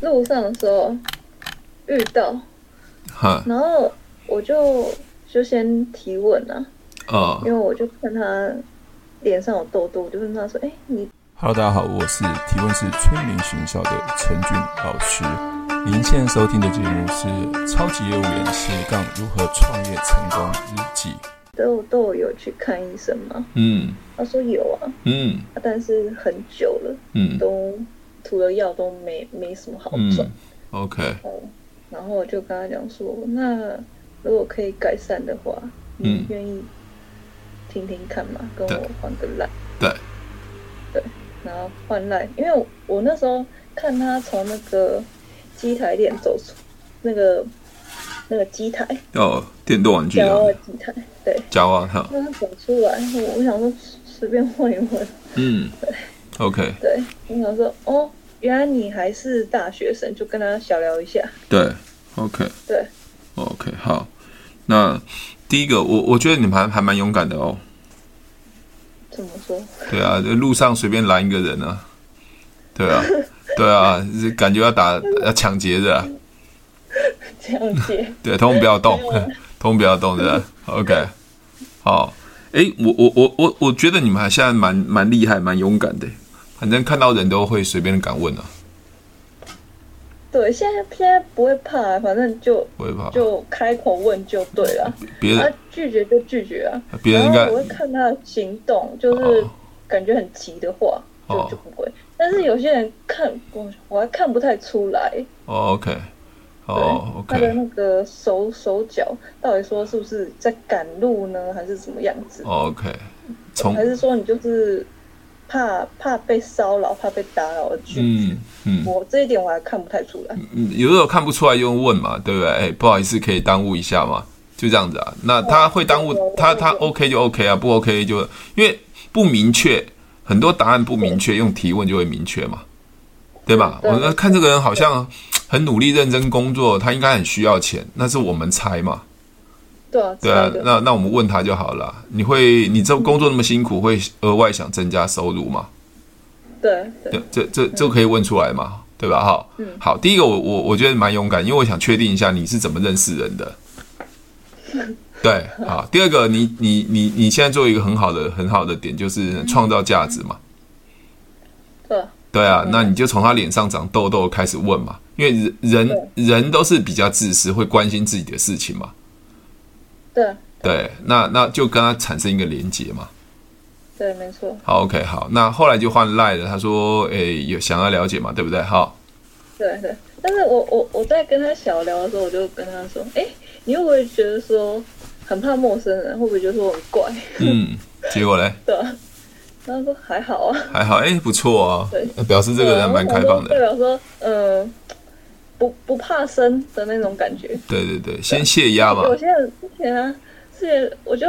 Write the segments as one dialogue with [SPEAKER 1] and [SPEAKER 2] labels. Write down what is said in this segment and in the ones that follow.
[SPEAKER 1] 路上的时候遇到，
[SPEAKER 2] 哈，
[SPEAKER 1] 然后我就就先提问啊，
[SPEAKER 2] 哦
[SPEAKER 1] 因为我就看他脸上有痘痘，我就问他说：“哎、你
[SPEAKER 2] ，Hello，大家好，我是提问是催眠学校的陈俊老师。您现在收听的节目是《超级业务员斜杠如何创业成功日记》。
[SPEAKER 1] 痘痘有去看医生吗
[SPEAKER 2] 嗯？”
[SPEAKER 1] 他说：“有啊，
[SPEAKER 2] 嗯
[SPEAKER 1] 啊但是很久了，
[SPEAKER 2] 嗯
[SPEAKER 1] 都涂了药都没没什么好转。哦
[SPEAKER 2] 嗯，OK，
[SPEAKER 1] 然后我就跟他讲说：“那如果可以改善的话，你
[SPEAKER 2] 嗯
[SPEAKER 1] 愿意听听看嘛？跟
[SPEAKER 2] 对
[SPEAKER 1] 我换个赖。”
[SPEAKER 2] 对，
[SPEAKER 1] 然后换赖，因为我我那时候看他从那个机台店走出，那个那个机台，
[SPEAKER 2] 哦，电动玩具
[SPEAKER 1] 然
[SPEAKER 2] 啊
[SPEAKER 1] 后，机台，对，
[SPEAKER 2] 夹娃哈，
[SPEAKER 1] 那他走出来，我我想说随便问一问，
[SPEAKER 2] 嗯，OK，
[SPEAKER 1] 对，我想说哦，原来你还是大学生，就跟他小聊一下，
[SPEAKER 2] 对，OK，
[SPEAKER 1] 对，
[SPEAKER 2] OK，好，那第一个，我我觉得你们还还蛮勇敢的哦。
[SPEAKER 1] 怎么说？
[SPEAKER 2] 对啊，在路上随便拦一个人啊，对啊，对啊，就是感觉要打要抢劫的啊、
[SPEAKER 1] 这样接，
[SPEAKER 2] 对，通通不要动， 通通不要动的。OK，好，诶，我我我我我觉得你们还现在蛮蛮厉害，蛮勇敢的。反正看到人都会随便敢问啊，
[SPEAKER 1] 对，现在现在不会怕，反正就
[SPEAKER 2] 不会怕。
[SPEAKER 1] 就开口问就对了，
[SPEAKER 2] 别
[SPEAKER 1] 他、
[SPEAKER 2] 人
[SPEAKER 1] 啊、拒绝就拒绝啊。
[SPEAKER 2] 别人应
[SPEAKER 1] 然
[SPEAKER 2] 该
[SPEAKER 1] 后我会看他的行动，就是
[SPEAKER 2] 哦
[SPEAKER 1] 感觉很急的话，
[SPEAKER 2] 哦
[SPEAKER 1] 就就不会。但是有些人看我，我还看不太出来，
[SPEAKER 2] 哦，OK，
[SPEAKER 1] 对
[SPEAKER 2] 哦
[SPEAKER 1] 他的
[SPEAKER 2] ，OK，
[SPEAKER 1] 那个手手脚到底说是不是在赶路呢，还是怎么样子？
[SPEAKER 2] 哦，OK，从
[SPEAKER 1] 还是说你就是怕怕被骚扰、怕被打扰而拒绝？
[SPEAKER 2] 嗯嗯。
[SPEAKER 1] 我这一点我还看不太出来。
[SPEAKER 2] 嗯，有时候看不出来就问嘛，对不对？哎、不好意思，可以耽误一下嘛，就这样子啊。那他会耽误他他 OK 就 OK 啊，不 OK 就因为不明确，很多答案不明确，用提问就会明确嘛，对吧？
[SPEAKER 1] 对
[SPEAKER 2] 我看这个人好像很努力认真工作，他应该很需要钱，那是我们猜嘛，
[SPEAKER 1] 对啊，
[SPEAKER 2] 对啊
[SPEAKER 1] 这。个
[SPEAKER 2] 那那我们问他就好了。你会你这工作那么辛苦，会额外想增加收入吗？
[SPEAKER 1] 对对
[SPEAKER 2] 对，这这这可以问出来嘛，对吧？哈，
[SPEAKER 1] 嗯
[SPEAKER 2] 好，第一个我我我觉得蛮勇敢，因为我想确定一下你是怎么认识人的。对，好，第二个你你你你现在做一个很好的很好的点，就是创造价值嘛。
[SPEAKER 1] 对啊，
[SPEAKER 2] 对啊，那你就从他脸上长痘痘开始问嘛，因为人人人都是比较自私，会关心自己的事情嘛。
[SPEAKER 1] 对啊
[SPEAKER 2] 对，那那就跟他产生一个连结嘛。
[SPEAKER 1] 对，没错，
[SPEAKER 2] 好，OK，好，那后来就换赖了，他说，诶，有想要了解嘛，对不对？好，
[SPEAKER 1] 对对。但是我我我在跟他小聊的时候，我就跟他说，哎，你会不会觉得说很怕陌生人？会不会觉得说我很怪？
[SPEAKER 2] 嗯，结果嘞？
[SPEAKER 1] 对啊。然后他说还好啊，
[SPEAKER 2] 还好，哎、不错哦
[SPEAKER 1] 对，
[SPEAKER 2] 呃表示这个人蛮开放
[SPEAKER 1] 代
[SPEAKER 2] 的。
[SPEAKER 1] 表说，嗯、不不怕生的那种感觉。
[SPEAKER 2] 对对对，先泄压嘛。
[SPEAKER 1] 我现在之前啊，之前我就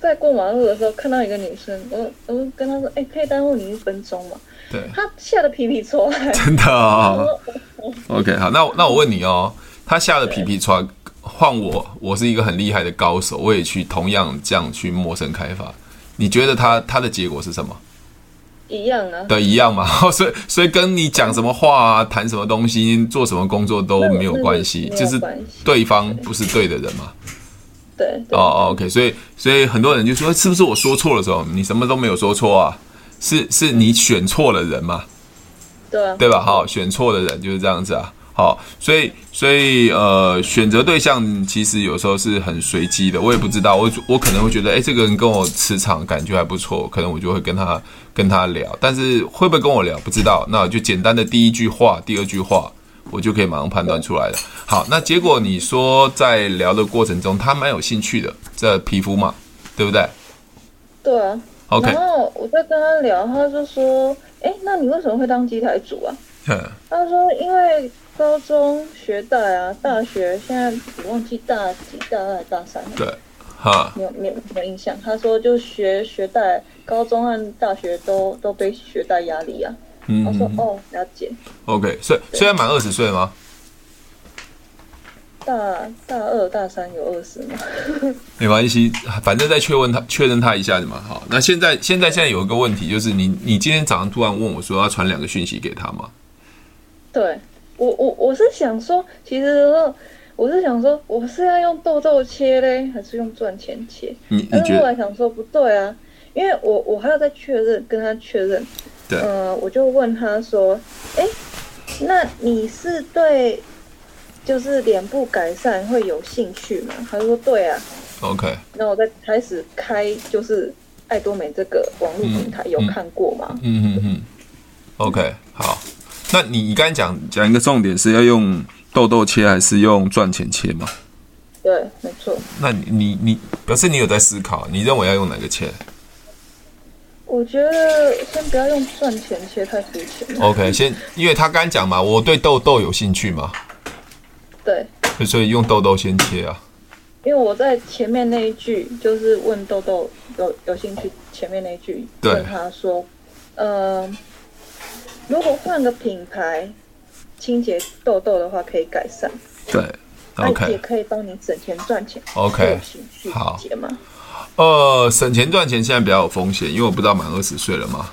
[SPEAKER 1] 在过马路的时候看到一个女生，我我就跟她说，哎、可以耽误你一分钟吗？
[SPEAKER 2] 对，
[SPEAKER 1] 她吓得皮皮抽来，
[SPEAKER 2] 真的
[SPEAKER 1] 我
[SPEAKER 2] 哦。
[SPEAKER 1] 说
[SPEAKER 2] OK，好，那我那我问你哦，他吓得皮皮喘，换我，我是一个很厉害的高手，我也去同样这样去陌生开发。你觉得他他的结果是什么？
[SPEAKER 1] 一样啊，
[SPEAKER 2] 对，一样嘛。 所以所以跟你讲什么话啊，谈什么东西，做什么工作都没有关系，
[SPEAKER 1] 没有
[SPEAKER 2] 就是
[SPEAKER 1] 关系
[SPEAKER 2] 对方不是对的人嘛。
[SPEAKER 1] 对对
[SPEAKER 2] 哦哦，OK，所以所以很多人就说，是不是我说错了什么？你什么都没有说错啊，是是你选错了人嘛，
[SPEAKER 1] 对啊，
[SPEAKER 2] 对吧？好，选错了人就是这样子啊。好，所以所以呃，选择对象其实有时候是很随机的，我也不知道，我我可能会觉得，哎，这个人跟我磁场感觉还不错，可能我就会跟他跟他聊，但是会不会跟我聊不知道，那我就简单的第一句话、第二句话，我就可以马上判断出来了。好，那结果你说在聊的过程中，他蛮有兴趣的，这皮肤嘛，对不对
[SPEAKER 1] 对啊。
[SPEAKER 2] ？OK，
[SPEAKER 1] 然后我在跟他聊，他就说：“哎，那你为什么会当机台主啊
[SPEAKER 2] 嗯，？”
[SPEAKER 1] 他说：“因为高中学贷啊，大学现在我忘记大几、大二还是大三了，
[SPEAKER 2] 对，哈，
[SPEAKER 1] 没有没有没有印象。”他说：“就学学贷，高中和大学都都被学贷压力啊。”
[SPEAKER 2] 嗯
[SPEAKER 1] 我说：“哦，了解。
[SPEAKER 2] ，OK，所以虽然满二十岁吗？
[SPEAKER 1] 大大二、大三有二十吗？
[SPEAKER 2] 没关系，反正再确认他确认他一下子嘛。好，那现在现在现在有一个问题，就是你你今天早上突然问我说要传两个讯息给他嘛？
[SPEAKER 1] 对，我我我是想说，其实我是想说，我是要用豆豆切嘞，还是用赚钱切？
[SPEAKER 2] 你你
[SPEAKER 1] 但
[SPEAKER 2] 觉
[SPEAKER 1] 是后来嗯
[SPEAKER 2] 得
[SPEAKER 1] 想说不对啊，因为我我还要再确认，跟他确认。
[SPEAKER 2] 对
[SPEAKER 1] 呃，我就问他说：“哎、那你是对就是脸部改善会有兴趣吗？”他说：“对啊。
[SPEAKER 2] ？OK，”
[SPEAKER 1] 那我再开始开就是爱多美这个网络平台，有看过吗？
[SPEAKER 2] 嗯嗯嗯，OK，好。那你你刚才讲讲一个重点是要用痘痘切还是用赚钱切吗？
[SPEAKER 1] 对，没错。
[SPEAKER 2] 那你你你表示你有在思考，你认为要用哪个切
[SPEAKER 1] 我觉得先不要用赚钱切，太肤浅了。
[SPEAKER 2] ？OK，先因为他刚讲嘛，我对痘痘有兴趣嘛，
[SPEAKER 1] 对，
[SPEAKER 2] 所以用痘痘先切啊。
[SPEAKER 1] 因为我在前面那一句就是问豆豆有有兴趣，前面那一句
[SPEAKER 2] 对
[SPEAKER 1] 问他说，呃，如果换个品牌清洁痘痘的话，可以改善，
[SPEAKER 2] 对
[SPEAKER 1] 那也
[SPEAKER 2] ，OK，
[SPEAKER 1] 可以帮你省钱赚钱。
[SPEAKER 2] OK，
[SPEAKER 1] 会有兴趣
[SPEAKER 2] 好
[SPEAKER 1] 解吗？
[SPEAKER 2] 呃，省钱赚钱现在比较有风险，因为我不知道满二十岁了嘛。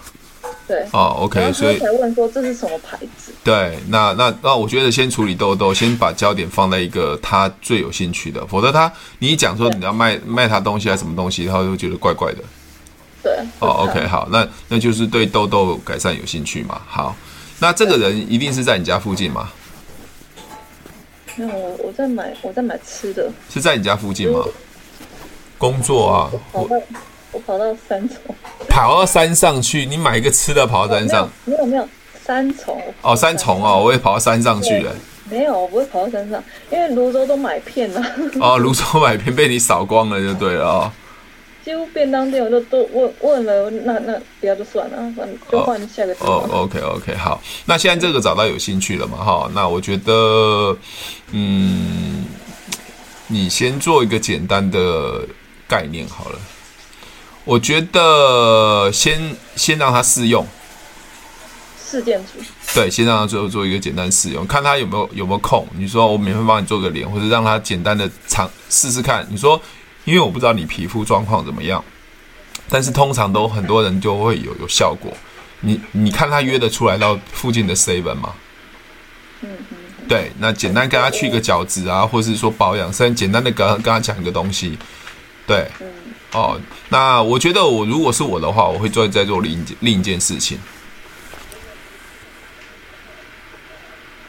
[SPEAKER 1] 对。
[SPEAKER 2] 哦，OK，
[SPEAKER 1] 然后
[SPEAKER 2] 所
[SPEAKER 1] 他
[SPEAKER 2] 以
[SPEAKER 1] 才问说这是什么牌子？
[SPEAKER 2] 对，那那那我觉得先处理痘痘，先把焦点放在一个他最有兴趣的，否则他你一讲说你要卖卖他东西啊什么东西，他就觉得怪怪的。
[SPEAKER 1] 对。就
[SPEAKER 2] 哦
[SPEAKER 1] 是
[SPEAKER 2] ，OK，好，那那就是对痘痘改善有兴趣嘛。好，那这个人一定是在你家附近吗？
[SPEAKER 1] 它。没有，我我在买我在买吃的，
[SPEAKER 2] 是在你家附近吗？
[SPEAKER 1] 嗯
[SPEAKER 2] 工作啊，
[SPEAKER 1] 跑
[SPEAKER 2] 我
[SPEAKER 1] 到我跑到三重。
[SPEAKER 2] 跑到山上去，你买一个吃的跑到山上。
[SPEAKER 1] 哦没有没有没有三重。
[SPEAKER 2] 哦，三重哦，我也跑到山上去了。
[SPEAKER 1] 没有，我不会跑到山上，因为泸州都买遍了，
[SPEAKER 2] 哦，泸州买片被你扫光了就对了哦。
[SPEAKER 1] 几乎便当店我都都问问了，那那不要就算了，反就换下个地方。
[SPEAKER 2] 哦，OK OK，好，那现在这个找到有兴趣了嘛？哈，那我觉得，嗯，你先做一个简单的概念好了。我觉得先先让他试用，
[SPEAKER 1] 事件组，
[SPEAKER 2] 对，先让他做做一个简单试用，看他有没有有没有空。你说我免费帮你做个脸，或者让他简单的尝试试看。你说，因为我不知道你皮肤状况怎么样，但是通常都很多人就会有有效果。你你看他约得出来到附近的 seven 吗？
[SPEAKER 1] 嗯嗯，
[SPEAKER 2] 对，那简单跟他去一个角质啊，或是说保养，甚至简单的跟他跟他讲一个东西，对，哦，那我觉得我如果是我的话，我会做再做另一件另一件事情，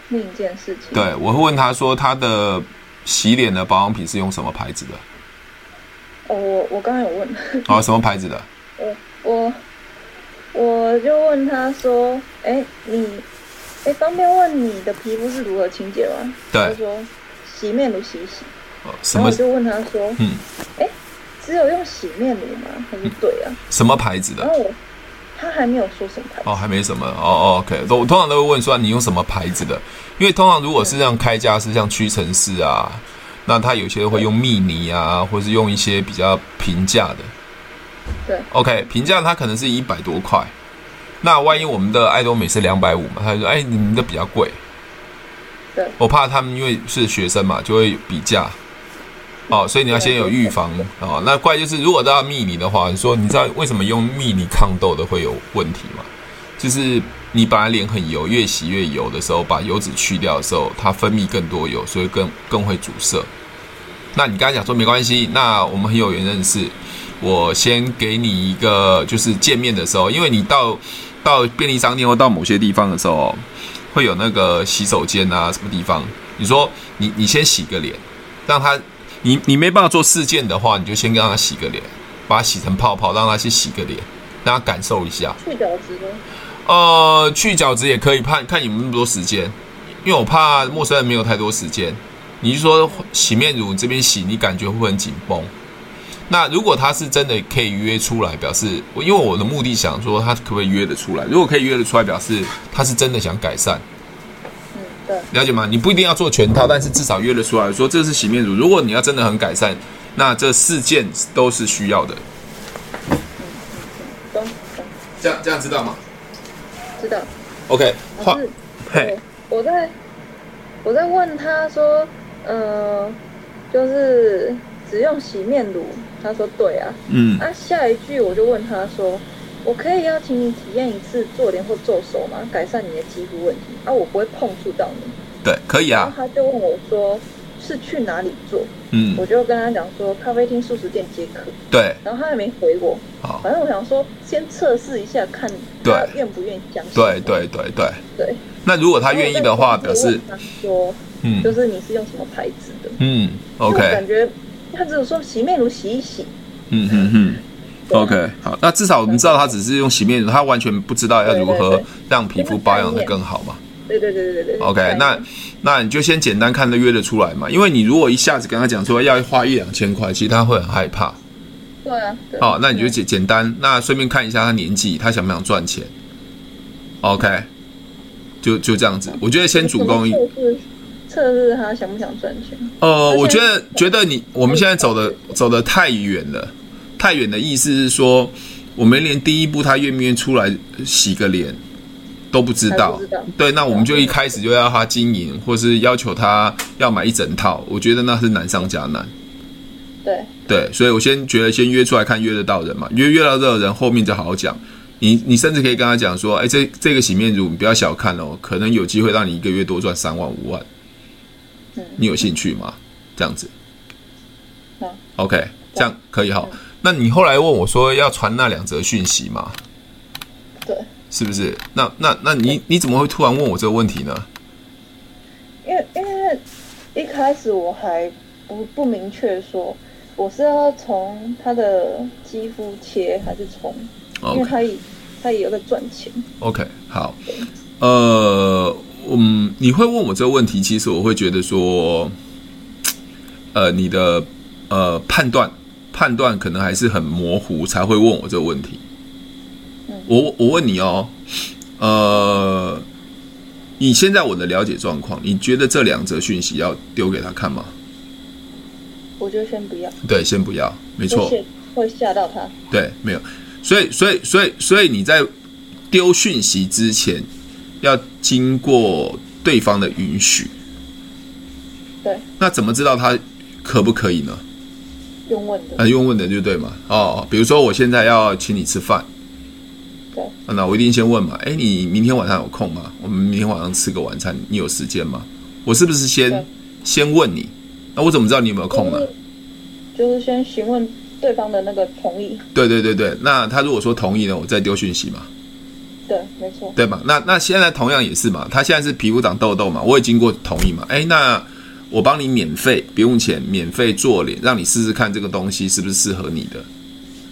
[SPEAKER 1] 另一件事情。
[SPEAKER 2] 对我会问他说他的洗脸的保养品是用什么牌子的，
[SPEAKER 1] 哦，我我刚刚有问，
[SPEAKER 2] 哦，什么牌子的，
[SPEAKER 1] 我我我就问他说，哎，你，哎，方便问你的皮肤是如何清洁吗？他
[SPEAKER 2] 对，
[SPEAKER 1] 说洗面乳洗一洗，
[SPEAKER 2] 哦什
[SPEAKER 1] 然后我
[SPEAKER 2] 么
[SPEAKER 1] 就问他说，
[SPEAKER 2] 嗯
[SPEAKER 1] 哎，只有用洗面乳吗？他说对啊，
[SPEAKER 2] 什么牌子
[SPEAKER 1] 然
[SPEAKER 2] 的，
[SPEAKER 1] 后我他还没有说什么牌子。
[SPEAKER 2] 哦，还没什么，哦哦，OK，都我通常都会问说你用什么牌子的，因为通常如果是像开家是像屈臣氏啊，那他有些会用蜜妮啊，或是用一些比较平价的。
[SPEAKER 1] 对
[SPEAKER 2] OK，平价它可能是一百多块，那万一我们的爱多美是两百五嘛，他就说，哎，你们的比较贵。
[SPEAKER 1] 对
[SPEAKER 2] 我怕他们因为是学生嘛，就会比价。哦，所以你要先有预防哦。那怪就是，如果都要蜜你的话，你说你知道为什么用蜜你抗痘的会有问题吗？就是你本来脸很油，越洗越油的时候，把油脂去掉的时候，它分泌更多油，所以更更会阻塞。那你刚才讲说没关系，那我们很有缘认识，我先给你一个就是见面的时候，因为你到到便利商店或到某些地方的时候哦，会有那个洗手间啊什么地方，你说你你先洗个脸，让他你你没办法做事件的话，你就先让他洗个脸，把它洗成泡泡，让他去洗个脸，让他感受一下。
[SPEAKER 1] 去角质呢？
[SPEAKER 2] 呃，去角质也可以，看看你们那么多时间，因为我怕陌生人没有太多时间。你是说洗面乳这边洗，你感觉会很紧绷。那如果他是真的可以约出来，表示我因为我的目的想说他可不可以约得出来，如果可以约得出来，表示他是真的想改善。
[SPEAKER 1] 嗯，对，
[SPEAKER 2] 了解吗？你不一定要做全套，但是至少约得出来说这是洗面乳。如果你要真的很改善，那这四件都是需要的。
[SPEAKER 1] 懂懂，
[SPEAKER 2] 这样这样知道吗
[SPEAKER 1] 知道。
[SPEAKER 2] ？OK，
[SPEAKER 1] 老师，
[SPEAKER 2] 嘿，
[SPEAKER 1] 我我在我在问他说，呃，就是只用洗面乳，他说对啊。
[SPEAKER 2] 嗯
[SPEAKER 1] 啊，下一句我就问他说，我可以邀请你体验一次做脸或做手吗？改善你的肌肤问题。啊，我不会碰触到你。
[SPEAKER 2] 对，可以
[SPEAKER 1] 然后
[SPEAKER 2] 啊，
[SPEAKER 1] 他就问我说是去哪里做，
[SPEAKER 2] 嗯
[SPEAKER 1] 我，就跟他讲说咖啡厅、素食店皆可，
[SPEAKER 2] 对，
[SPEAKER 1] 然后他也没回我。
[SPEAKER 2] 好，
[SPEAKER 1] 反正我想说先测试一下，看
[SPEAKER 2] 哦对
[SPEAKER 1] 他愿不愿意相信我。
[SPEAKER 2] 对对对对。
[SPEAKER 1] 对，
[SPEAKER 2] 那如果他愿意的
[SPEAKER 1] 然
[SPEAKER 2] 话，
[SPEAKER 1] 后
[SPEAKER 2] 表
[SPEAKER 1] 我就
[SPEAKER 2] 示
[SPEAKER 1] 问他说
[SPEAKER 2] 嗯
[SPEAKER 1] 就是你是用什么牌子的
[SPEAKER 2] 嗯
[SPEAKER 1] 因为我
[SPEAKER 2] ，OK，
[SPEAKER 1] 感觉他只有说洗面乳洗一洗。
[SPEAKER 2] 嗯嗯嗯。
[SPEAKER 1] 对啊
[SPEAKER 2] OK，好，那至少我们知道他只是用洗面乳，他完全不知道要如
[SPEAKER 1] 对对
[SPEAKER 2] 何
[SPEAKER 1] 对
[SPEAKER 2] 让皮肤保养的更好嘛。
[SPEAKER 1] 对对对对对对。
[SPEAKER 2] OK，那那你就先简单看得约得出来嘛，因为你如果一下子跟他讲说要花一两千块，其实他会很害怕。
[SPEAKER 1] 对啊。对
[SPEAKER 2] 哦，那你就简简单，那顺便看一下他年纪，他想不想赚钱？OK，就就这样子。我觉得先主动一，
[SPEAKER 1] 测试测试他想不想赚钱。
[SPEAKER 2] 呃，
[SPEAKER 1] 而且
[SPEAKER 2] 我觉得觉得你我们现在走的走的太远了，太远的意思是说，我们连第一步他愿不愿意出来洗个脸都不知
[SPEAKER 1] 还
[SPEAKER 2] 道
[SPEAKER 1] 不知道。嗯
[SPEAKER 2] 对，那我们就一开始就要他经营，或是要求他要买一整套，我觉得那是难上加难。
[SPEAKER 1] 对
[SPEAKER 2] 对，所以我先觉得先约出来看约得到人嘛，约约到这个人后面就好好讲。你你甚至可以跟他讲说，哎，这这个洗面乳你不要小看哦，可能有机会让你一个月多赚三万五万
[SPEAKER 1] 嗯，
[SPEAKER 2] 你有兴趣吗？这样子
[SPEAKER 1] 好
[SPEAKER 2] ，OK，这样可以哈。
[SPEAKER 1] 嗯
[SPEAKER 2] 那你后来问我说要传那两则讯息嘛，
[SPEAKER 1] 对，
[SPEAKER 2] 是不是？那那那你你怎么会突然问我这个问题呢？
[SPEAKER 1] 因为因为一开始我还不不明确说我是要从他的肌肤切还是从，因为
[SPEAKER 2] OK
[SPEAKER 1] 他也他也有在赚钱。
[SPEAKER 2] OK，好，呃，嗯，你会问我这个问题，其实我会觉得说，呃，你的呃判断判断可能还是很模糊，才会问我这个问题
[SPEAKER 1] 嗯。
[SPEAKER 2] 我我问你哦，呃，你现在我的了解状况，你觉得这两则讯息要丢给他看吗？
[SPEAKER 1] 我就先不要，
[SPEAKER 2] 对，先不要，没
[SPEAKER 1] 而
[SPEAKER 2] 错。
[SPEAKER 1] 且会吓到他。
[SPEAKER 2] 对，没有。所以，所以，所以，所以你在丢讯息之前，要经过对方的允许。
[SPEAKER 1] 对，
[SPEAKER 2] 那怎么知道他可不可以呢？
[SPEAKER 1] 用问的。
[SPEAKER 2] 啊，用问的就对嘛。哦，比如说我现在要请你吃饭，
[SPEAKER 1] 对
[SPEAKER 2] 啊，那我一定先问嘛。哎，你明天晚上有空吗？我们明天晚上吃个晚餐，你有时间吗？我是不是先
[SPEAKER 1] 对嗯
[SPEAKER 2] 先问你？那我怎么知道你有没有空呢？
[SPEAKER 1] 就是先询问对方的那个同意。
[SPEAKER 2] 对对对对，那他如果说同意呢，我再丢讯息嘛。
[SPEAKER 1] 对，没错。
[SPEAKER 2] 对嘛？那那现在同样也是嘛，他现在是皮肤长痘痘嘛，我也经过同意嘛。哎，那我帮你免费，不用钱，免费做脸，让你试试看这个东西是不是适合你的。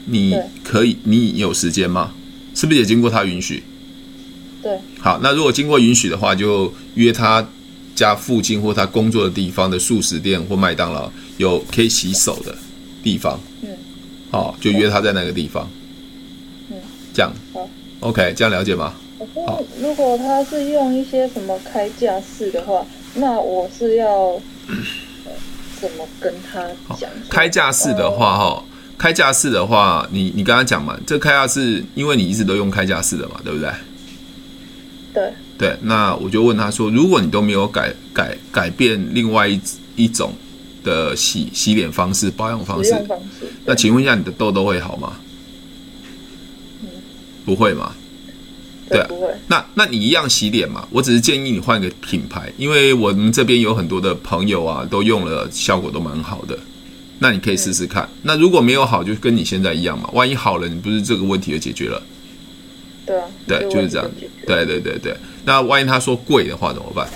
[SPEAKER 2] 你
[SPEAKER 1] 对
[SPEAKER 2] 可以，你有时间吗？是不是也经过他允许？
[SPEAKER 1] 对
[SPEAKER 2] 好，那如果经过允许的话，就约他家附近或他工作的地方的素食店或麦当劳有可以洗手的地方，
[SPEAKER 1] 嗯，
[SPEAKER 2] 好、就约他在那个地方，
[SPEAKER 1] 嗯，
[SPEAKER 2] 这样
[SPEAKER 1] 好
[SPEAKER 2] ，OK，这样了解吗？
[SPEAKER 1] 可是如果他是用一些什么开架式的话，那我是要、 呃怎么跟他讲？
[SPEAKER 2] 开架式的话，哈，开架式的话，你你刚刚讲嘛，这开架式，因为你一直都用开架式的嘛，对不对？
[SPEAKER 1] 对
[SPEAKER 2] 对，那我就问他说，如果你都没有改改改变另外一一种的洗洗脸方式、保养方
[SPEAKER 1] 使
[SPEAKER 2] 式，
[SPEAKER 1] 用方式，
[SPEAKER 2] 哦那请问一下，你的痘痘会好吗？不会嘛？对
[SPEAKER 1] 对
[SPEAKER 2] 啊
[SPEAKER 1] 不会，
[SPEAKER 2] 那那你一样洗脸嘛？我只是建议你换个品牌，因为我们这边有很多的朋友啊，都用了，效果都蛮好的。那你可以试试看。那如果没有好，就跟你现在一样嘛。万一好了，你不是这个问题就解决了？
[SPEAKER 1] 对啊，
[SPEAKER 2] 对，
[SPEAKER 1] 这个
[SPEAKER 2] 就
[SPEAKER 1] 问
[SPEAKER 2] 是
[SPEAKER 1] 题
[SPEAKER 2] 这样
[SPEAKER 1] 解决。
[SPEAKER 2] 对对对对。那万一他说贵的话怎么办？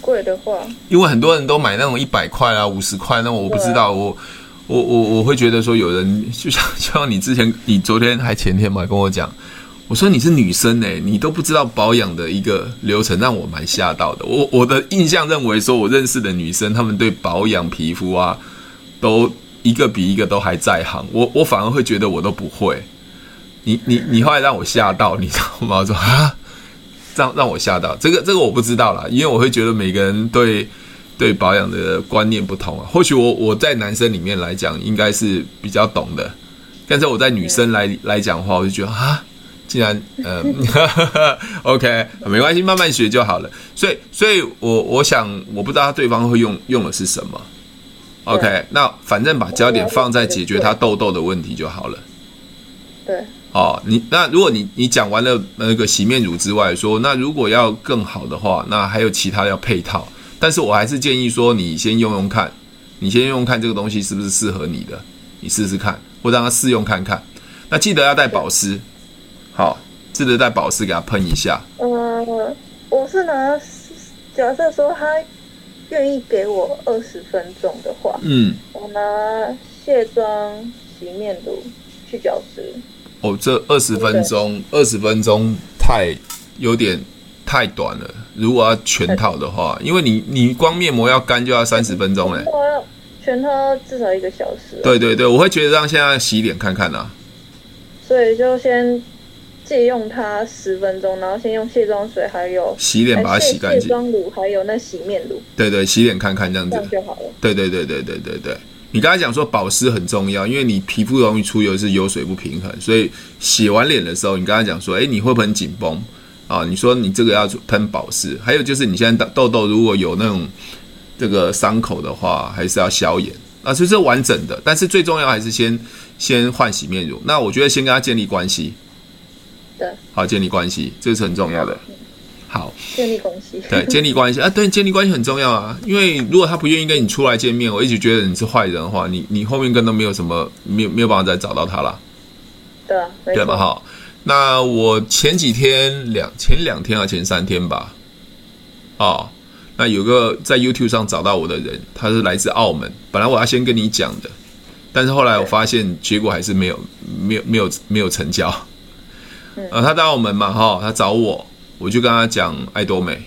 [SPEAKER 1] 贵的话，
[SPEAKER 2] 因为很多人都买那种一百块啊、五十块，那我不知道，我我我我会觉得说，有人就像 就像你之前，你昨天还前天嘛跟我讲，我说你是女生哎、你都不知道保养的一个流程，让我蛮吓到的。我我的印象认为说，我认识的女生，她们对保养皮肤啊，都一个比一个都还在行，我我反而会觉得我都不会。你你你后来让我吓到，你知道吗？我说 啊，让让我吓到，这个这个我不知道啦，因为我会觉得每个人对对保养的观念不同啊。或许我我在男生里面来讲，应该是比较懂的，但是我在女生来来讲的话，我就觉得啊，竟然呃 ，OK，没关系，慢慢学就好了。所以所以我我想，我不知道他对方会用用的是什么。OK，那反正把焦点放在解决他痘痘的问题就好了。
[SPEAKER 1] 对
[SPEAKER 2] 哦，你那如果你你讲完了那个洗面乳之外说，那如果要更好的话，那还有其他要配套，但是我还是建议说你先用用看，你先用用看这个东西是不是适合你的，你试试看，或让它试用看看。那记得要带保湿，好，记得带保湿给它喷一下。
[SPEAKER 1] 呃，我是拿假设说他愿意给我二十分钟的话，
[SPEAKER 2] 嗯，
[SPEAKER 1] 我拿卸妆洗面乳去角质，
[SPEAKER 2] 哦，这二十分钟，二十分钟太有点太短了。如果要全套的话，因为你你光面膜要干就要三十分钟嘞。
[SPEAKER 1] 我要全套至少一个小时。，啊
[SPEAKER 2] 对对对，我会觉得让现在洗脸看看啦、
[SPEAKER 1] 所以就先借用它十分钟，然后先用卸妆水还有呃
[SPEAKER 2] 洗脸把它洗干
[SPEAKER 1] 卸
[SPEAKER 2] 净。
[SPEAKER 1] 妆乳还有那洗面乳，
[SPEAKER 2] 对对，洗脸看看这样
[SPEAKER 1] 这
[SPEAKER 2] 子
[SPEAKER 1] 样。就好了。
[SPEAKER 2] 对对对对对对对。你刚才讲说保湿很重要，因为你皮肤容易出油，是油水不平衡，所以洗完脸的时候，你刚才讲说，哎，你会不会很紧绷啊？你说你这个要喷保湿，还有就是你现在痘痘如果有那种这个伤口的话，还是要消炎啊，所以这完整的，但是最重要还是先先换洗面乳。那我觉得先跟他建立关系，
[SPEAKER 1] 对，
[SPEAKER 2] 好，建立关系，这是很重要的。好，
[SPEAKER 1] 建立关系。
[SPEAKER 2] 对，建立关系啊，对，建立关系很重要啊。因为如果他不愿意跟你出来见面，我一直觉得你是坏人的话，你你后面根本没有什么，没有没有办法再找到他了，
[SPEAKER 1] 对啊，没
[SPEAKER 2] 对
[SPEAKER 1] 错。
[SPEAKER 2] 吧？哈，那我前几天两前两天啊，前三天吧，哦，那有个在 YouTube 上找到我的人，他是来自澳门，本来我要先跟你讲的，但是后来我发现结果还是没有没有没有没有成交。
[SPEAKER 1] 嗯
[SPEAKER 2] 呃，他到澳门嘛，哈、他找我，我就跟他讲爱多美。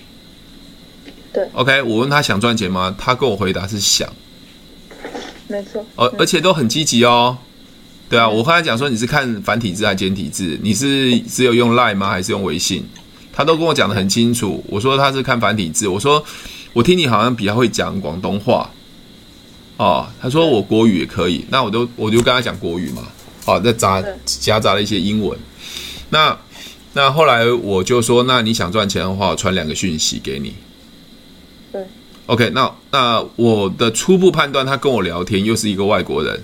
[SPEAKER 1] 对
[SPEAKER 2] ，OK，我问他想赚钱吗？他跟我回答是想，
[SPEAKER 1] 没错。
[SPEAKER 2] 而、
[SPEAKER 1] 嗯
[SPEAKER 2] 哦而且都很积极哦。对啊，我跟他讲说你是看繁体字还是简体字？你是只有用 Line 吗？还是用微信？他都跟我讲得很清楚。我说他是看繁体字，我说我听你好像比较会讲广东话哦。他说我国语也可以，那我都我就跟他讲国语嘛，哦，再杂
[SPEAKER 1] 嗯
[SPEAKER 2] 夹杂了一些英文。那那后来我就说，那你想赚钱的话，我传两个讯息给你。
[SPEAKER 1] 对
[SPEAKER 2] OK，那那我的初步判断，他跟我聊天又是一个外国人，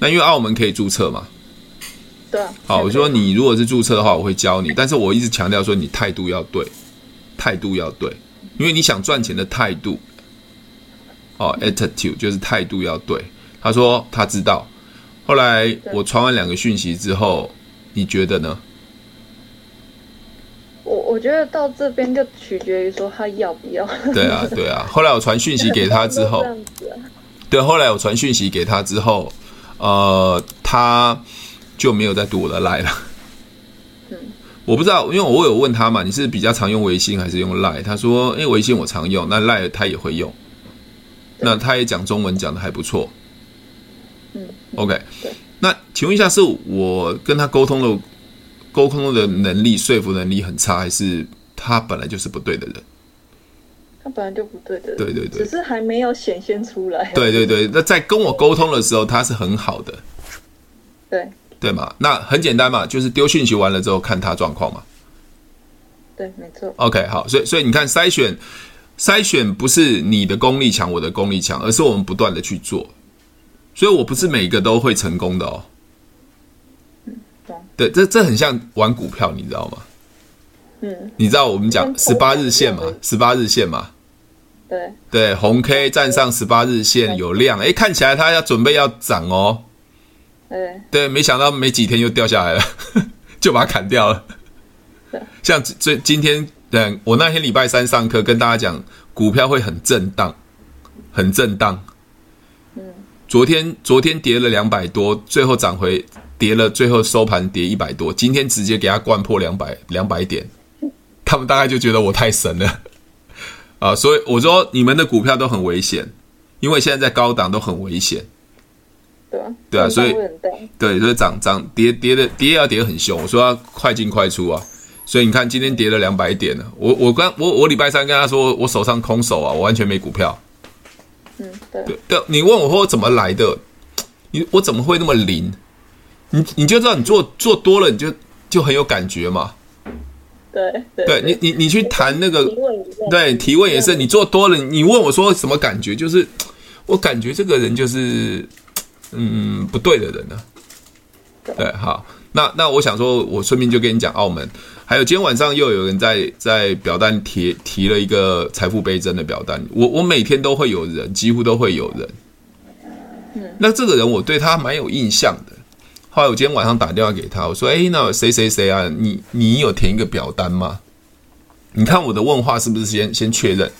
[SPEAKER 2] 那因为澳门可以注册嘛，
[SPEAKER 1] 对啊。
[SPEAKER 2] 好，我说你如果是注册的话，我会教你，但是我一直强调说你态度要对，态度要对，因为你想赚钱的态度，哦，attitude 就是态度要对。他说他知道，后来我传完两个讯息之后，你觉得呢？
[SPEAKER 1] 我我觉得到这边就取决于说他要不要。
[SPEAKER 2] 对啊，对啊。后来我传讯息给他之 后
[SPEAKER 1] 这，样子啊，
[SPEAKER 2] 对，后来我传讯息给他之后，呃，他就没有再读我的 line 了。
[SPEAKER 1] 嗯
[SPEAKER 2] 我不知道，因为我有问他嘛，你是比较常用微信还是用 line？他说，因为微信我常用，那 line 他也会用，那他也讲中文讲的还不错。
[SPEAKER 1] 嗯，
[SPEAKER 2] OK，
[SPEAKER 1] 对
[SPEAKER 2] 那请问一下，是我跟他沟通的沟通的能力、说服能力很差，还是他本来就是不对的人？
[SPEAKER 1] 他本来就不对的。
[SPEAKER 2] 对对对
[SPEAKER 1] 只是还没有显现出来。
[SPEAKER 2] 对对对，那在跟我沟通的时候，他是很好的，
[SPEAKER 1] 对
[SPEAKER 2] 对嘛？那很简单嘛，就是丢讯息完了之后看他状况嘛。
[SPEAKER 1] 对，没错。
[SPEAKER 2] OK，好，所以所以你看筛选，筛选不是你的功力强，我的功力强，而是我们不断的去做。所以我不是每一个都会成功的哦。
[SPEAKER 1] 懂
[SPEAKER 2] 对，这这很像玩股票，你知道吗？
[SPEAKER 1] 嗯，
[SPEAKER 2] 你知道我们讲十八日线嘛
[SPEAKER 1] 跟投资一样？
[SPEAKER 2] 十八日线嘛？
[SPEAKER 1] 对
[SPEAKER 2] 对，红 K 站上十八日线有量，诶，看起来它要准备要涨哦。
[SPEAKER 1] 对
[SPEAKER 2] 对，没想到没几天又掉下来了， 就把它砍掉了
[SPEAKER 1] 对。
[SPEAKER 2] 像最今天，嗯，我那天礼拜三上课跟大家讲，股票会很震荡，很震荡。
[SPEAKER 1] 嗯，
[SPEAKER 2] 昨天昨天跌了两百多，最后涨回跌了，最后收盘跌一百多，今天直接给它灌破两百两百点，他们大概就觉得我太神了 啊！所以我说你们的股票都很危险，因为现在在高档都很危险。
[SPEAKER 1] 对啊。
[SPEAKER 2] 对啊
[SPEAKER 1] 震荡
[SPEAKER 2] 所以
[SPEAKER 1] 会很大。
[SPEAKER 2] 对，所以涨涨跌跌的跌也要跌得很凶，我说要快进快出啊。所以你看今天跌了两百点了，我我刚我我礼拜三跟他说我手上空手啊，我完全没股票。
[SPEAKER 1] 嗯，对。
[SPEAKER 2] 对对，你问我说我怎么来的，你我怎么会那么灵？你你就知道你做做多了你就就很有感觉嘛。
[SPEAKER 1] 对对
[SPEAKER 2] 对你你你去谈那个
[SPEAKER 1] 提问一下，
[SPEAKER 2] 对，提问也是，你做多了，你问我说什么感觉？就是我感觉这个人就是，嗯，不对的人呢、
[SPEAKER 1] 对
[SPEAKER 2] 对，好，那那我想说，我顺便就跟你讲澳门，还有今天晚上又有人在在表单提提了一个财富倍增的表单，我我每天都会有人，几乎都会有人。
[SPEAKER 1] 嗯
[SPEAKER 2] 那这个人我对他蛮有印象的。后来我今天晚上打电话给他，我说：“哎、那谁谁谁啊，你你有填一个表单吗？你看我的问话是不是先先确认？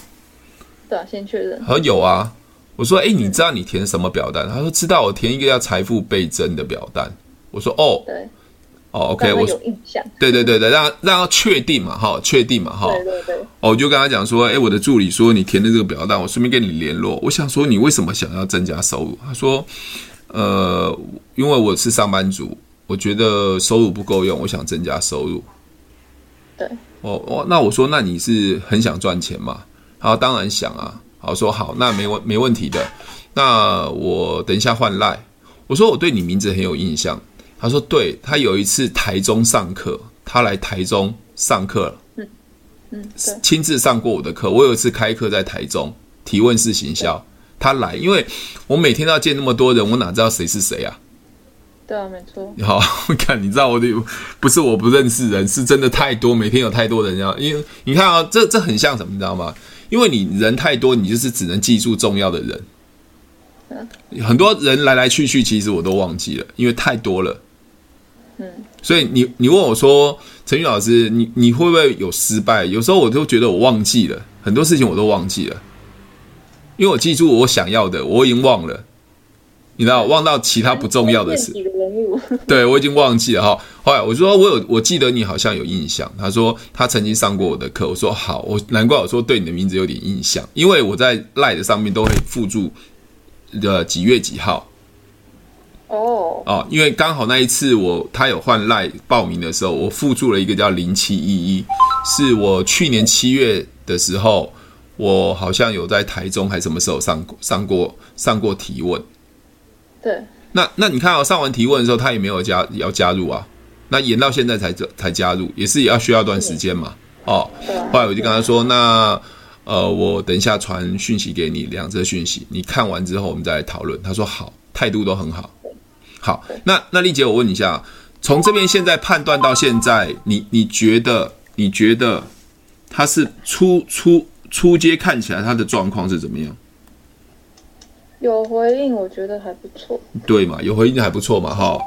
[SPEAKER 1] 对啊，先确认。
[SPEAKER 2] 他说有啊。我说：“哎、你知道你填什么表单？”他说：“知道，我填一个叫财富倍增的表单。”我说：“哦
[SPEAKER 1] 对，
[SPEAKER 2] 哦
[SPEAKER 1] 让
[SPEAKER 2] ，OK，
[SPEAKER 1] 他
[SPEAKER 2] 我
[SPEAKER 1] 有印象。
[SPEAKER 2] 对对对对，让让他确定嘛，哈，确定嘛，哈。
[SPEAKER 1] 对对对，
[SPEAKER 2] 哦，我就跟他讲说，哎，我的助理说你填的这个表单，我顺便跟你联络。我想说你为什么想要增加收入？他说，呃，因为我是上班族，我觉得收入不够用，我想增加收入。
[SPEAKER 1] 对，
[SPEAKER 2] 哦哦，那我说那你是很想赚钱吗？他说当然想啊。好，我说好，那没问没问题的。那我等一下换赖。我说我对你名字很有印象。他说对，他有一次台中上课，他来台中上课了。
[SPEAKER 1] 嗯对，
[SPEAKER 2] 亲自上过我的课。我有一次开课在台中，提问式行销，他来，因为我每天都要见那么多人，我哪知道谁是谁啊？
[SPEAKER 1] 对啊，没错。
[SPEAKER 2] 好， 看你知道我的不是我不认识人，是真的太多，每天有太多人要，因为你看啊，这这很像什么，你知道吗？因为你人太多，你就是只能记住重要的人。很多人来来去去，其实我都忘记了，因为太多了。
[SPEAKER 1] 嗯，
[SPEAKER 2] 所以你你问我说，陈宇老师，你你会不会有失败？有时候我都觉得我忘记了很多事情，我都忘记了，因为我记住我想要的，我已经忘了，你知道，忘到其他不重要的事。
[SPEAKER 1] 几个人物，
[SPEAKER 2] 对我已经忘记了哈。后来我就说我有，我记得你好像有印象。他说他曾经上过我的课。我说哦好，我难怪我说对你的名字有点印象，因为我在赖的上面都会附注呃几月几号。
[SPEAKER 1] 哦，
[SPEAKER 2] 哦，因为刚好那一次我他有换赖报名的时候，我附注了一个叫零七一一，是我去年七月的时候，我好像有在台中还什么时候上过上过上过提问。
[SPEAKER 1] 对，
[SPEAKER 2] 那那你看哦，上完提问的时候，他也没有加要加入啊，那延到现在才才加入，也是要需要段时间嘛。哦，
[SPEAKER 1] 对啊。
[SPEAKER 2] 后来我就跟他说，那呃，我等一下传讯息给你两则讯息，你看完之后我们再来讨论。他说好，态度都很好。好，那那丽姐，我问你一下，啊从这边现在判断到现在，你你觉得你觉得他是初初初阶看起来他的状况是怎么样？
[SPEAKER 1] 有回应，我觉得还不错，
[SPEAKER 2] 对嘛，有回应还不错嘛，哈，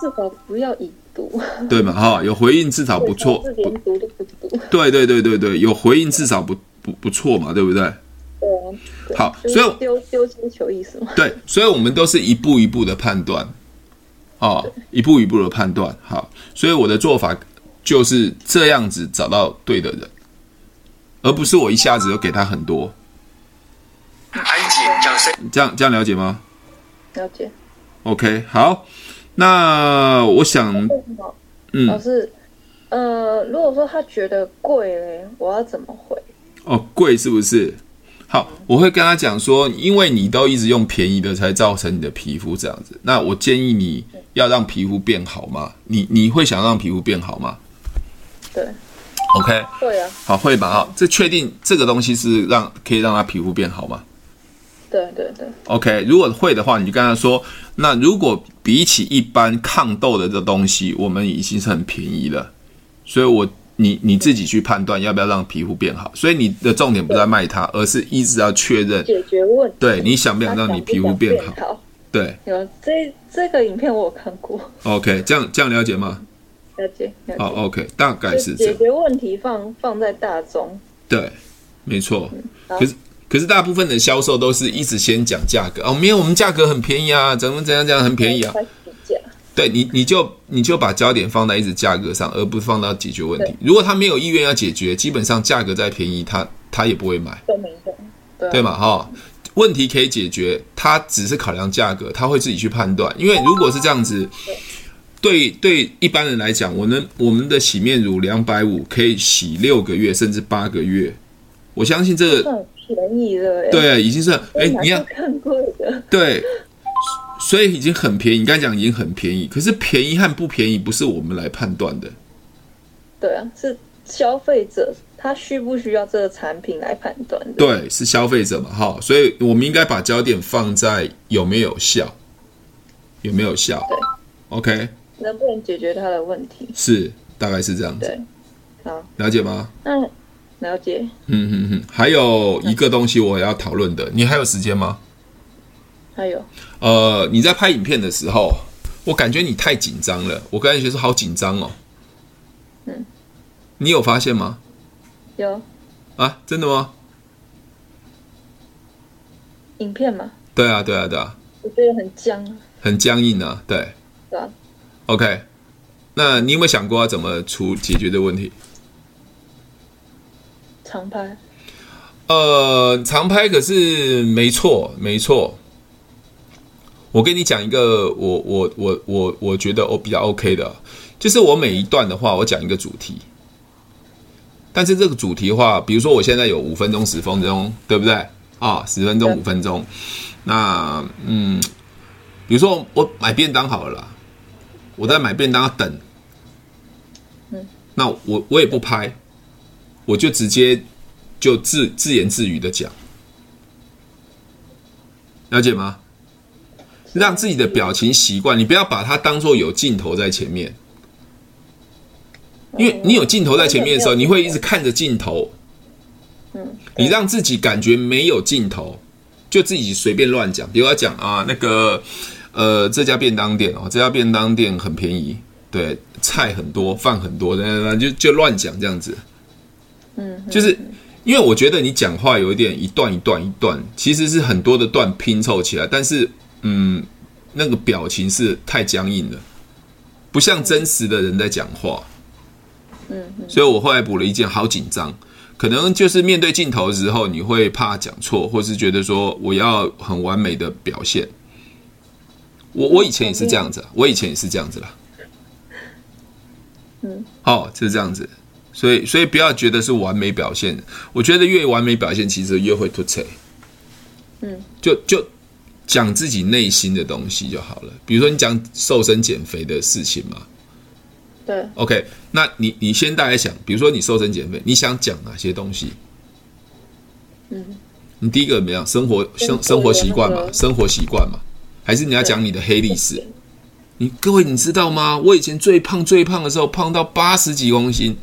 [SPEAKER 1] 至少不要已读，
[SPEAKER 2] 对嘛，哈，有回应至少不错，
[SPEAKER 1] 是连读都不读。
[SPEAKER 2] 对对对对对，有回应至少不不不错嘛，对不对？
[SPEAKER 1] 对啊，对
[SPEAKER 2] 好
[SPEAKER 1] 就是
[SPEAKER 2] 所以我
[SPEAKER 1] 丢丢金球意思嘛，
[SPEAKER 2] 对，所以我们都是一步一步的判断，哦，一步一步的判断。好，所以我的做法就是这样子找到对的人，而不是我一下子就给他很多，
[SPEAKER 3] 安静，掌声。
[SPEAKER 2] 这样这样了解吗
[SPEAKER 1] 了解。
[SPEAKER 2] ？OK，好，那我想，
[SPEAKER 1] 为什么？老
[SPEAKER 2] 嗯，
[SPEAKER 1] 师，呃，如果说他觉得贵嘞，我要怎么回？
[SPEAKER 2] 哦，贵是不是？好，我会跟他讲说，因为你都一直用便宜的，才造成你的皮肤这样子。那我建议你要让皮肤变好嘛，你你会想让皮肤变好吗
[SPEAKER 1] 对，
[SPEAKER 2] ？OK，
[SPEAKER 1] 会啊，
[SPEAKER 2] 好，会吧？哈，这确定这个东西是让可以让他皮肤变好吗
[SPEAKER 1] 对对对，
[SPEAKER 2] ？OK，如果会的话，你就跟他说，那如果比起一般抗痘的这东西，我们已经是很便宜了，所以我你你自己去判断要不要让皮肤变好。所以你的重点不在卖它，而是一直要确认，
[SPEAKER 1] 解决问题。
[SPEAKER 2] 对你想不想
[SPEAKER 1] 他
[SPEAKER 2] 让你
[SPEAKER 1] 想不
[SPEAKER 2] 皮肤
[SPEAKER 1] 想
[SPEAKER 2] 变
[SPEAKER 1] 变
[SPEAKER 2] 好？
[SPEAKER 1] 好。
[SPEAKER 2] 对
[SPEAKER 1] 有这这个影片我有看过，
[SPEAKER 2] ，OK，这样这样了解吗？
[SPEAKER 1] 了解了解。
[SPEAKER 2] 哦，OK，大概
[SPEAKER 1] 就是
[SPEAKER 2] 这
[SPEAKER 1] 解
[SPEAKER 2] 样，
[SPEAKER 1] 决问题放放在大众，
[SPEAKER 2] 对，没错。
[SPEAKER 1] 嗯好
[SPEAKER 2] 可是可是大部分的销售都是一直先讲价格哦，没有，我们价格很便宜啊，怎么怎样怎样很便宜啊。
[SPEAKER 1] 开始比价，
[SPEAKER 2] 对你你就你就把焦点放在一直价格上，而不放到解决问题。如果他没有意愿要解决，基本上价格再便宜，他他也不会买，
[SPEAKER 1] 都没用，对啊
[SPEAKER 2] 对吗？哈、问题可以解决，他只是考量价格，他会自己去判断。因为如果是这样子，对对一般人来讲，我们我们的洗面乳两百五可以洗六个月甚至八个月，我相信这
[SPEAKER 1] 算
[SPEAKER 2] 个
[SPEAKER 1] 很便宜了哎。，
[SPEAKER 2] 对已经是哎，你
[SPEAKER 1] 看
[SPEAKER 2] 看
[SPEAKER 1] 更贵的，
[SPEAKER 2] 对，所以已经很便宜。你刚才讲已经很便宜，可是便宜和不便宜不是我们来判断的。
[SPEAKER 1] 对啊，是消费者他需不需要这个产品来判断的。
[SPEAKER 2] 对，是消费者嘛，哈，所以我们应该把焦点放在有没有效，有没有效。
[SPEAKER 1] 对
[SPEAKER 2] OK，
[SPEAKER 1] 能不能解决他的问题？
[SPEAKER 2] 是，大概是这样子，
[SPEAKER 1] 对，好，
[SPEAKER 2] 了解吗？
[SPEAKER 1] 那了解。
[SPEAKER 2] 嗯嗯嗯，还有一个东西我要讨论的，你还有时间吗？
[SPEAKER 1] 还有，
[SPEAKER 2] 呃，你在拍影片的时候，我感觉你太紧张了。我跟安学说好紧张哦。
[SPEAKER 1] 嗯。
[SPEAKER 2] 你有发现吗？
[SPEAKER 1] 有
[SPEAKER 2] 啊，真的吗？
[SPEAKER 1] 影片嘛？
[SPEAKER 2] 对啊，对啊，对啊，
[SPEAKER 1] 我觉得很僵啊，
[SPEAKER 2] 很僵硬啊。对
[SPEAKER 1] 对吧？
[SPEAKER 2] ，OK。那你有没有想过要怎么处解决这个问题？
[SPEAKER 1] 长拍，
[SPEAKER 2] 呃，常拍可是没错，没错。我跟你讲一个，我我我我我觉得我哦比较 OK 的，就是我每一段的话，我讲一个主题。但是这个主题的话，比如说我现在有五分钟、十分钟，对不对？啊，十分钟、
[SPEAKER 1] 对
[SPEAKER 2] 五分钟。那嗯，比如说我买便当好了啦，我在买便当要等。
[SPEAKER 1] 嗯。
[SPEAKER 2] 那我我也不拍，我就直接就自自言自语的讲，了解吗？让自己的表情习惯，你不要把它当做有镜头在前面，因为你有镜头在前面的时候，你会一直看着镜头，
[SPEAKER 1] 嗯，
[SPEAKER 2] 你让自己感觉没有镜头，就自己随便乱讲，比如要讲啊那个呃这家便当店哦，这家便当店很便宜，对，菜很多，饭很多，就就乱讲这样子，
[SPEAKER 1] 嗯，
[SPEAKER 2] 就是因为我觉得你讲话有一点一段一段一段，其实是很多的段拼凑起来，但是嗯，那个表情是太僵硬了，不像真实的人在讲话。
[SPEAKER 1] 嗯嗯
[SPEAKER 2] 所以我后来补了一件，好紧张。可能就是面对镜头的时候，你会怕讲错，或是觉得说我要很完美的表现。我我以前也是这样子啊，我以前也是这样子啦。
[SPEAKER 1] 嗯，
[SPEAKER 2] 哦，就是这样子。所以所以不要觉得是完美表现，我觉得越完美表现，其实越会突切。
[SPEAKER 1] 嗯，
[SPEAKER 2] 就就讲自己内心的东西就好了。比如说你讲瘦身减肥的事情嘛，
[SPEAKER 1] 对，
[SPEAKER 2] OK，那你你先大概想，比如说你瘦身减肥，你想讲哪些东西？
[SPEAKER 1] 嗯，
[SPEAKER 2] 你第一个怎么样？生活生
[SPEAKER 1] 生
[SPEAKER 2] 生活习惯
[SPEAKER 1] 活
[SPEAKER 2] 嘛
[SPEAKER 1] 的，
[SPEAKER 2] 生活习惯嘛，还是你要讲你的黑历史
[SPEAKER 1] 对？
[SPEAKER 2] 你各位你知道吗？我以前最胖最胖的时候，胖到八十几公斤，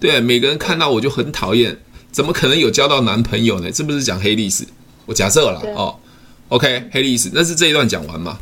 [SPEAKER 2] 对，每个人看到我就很讨厌，怎么可能有交到男朋友呢？这不是讲黑历史？我假设了
[SPEAKER 1] 对
[SPEAKER 2] 哦，OK，黑历史，那是这一段讲完嘛？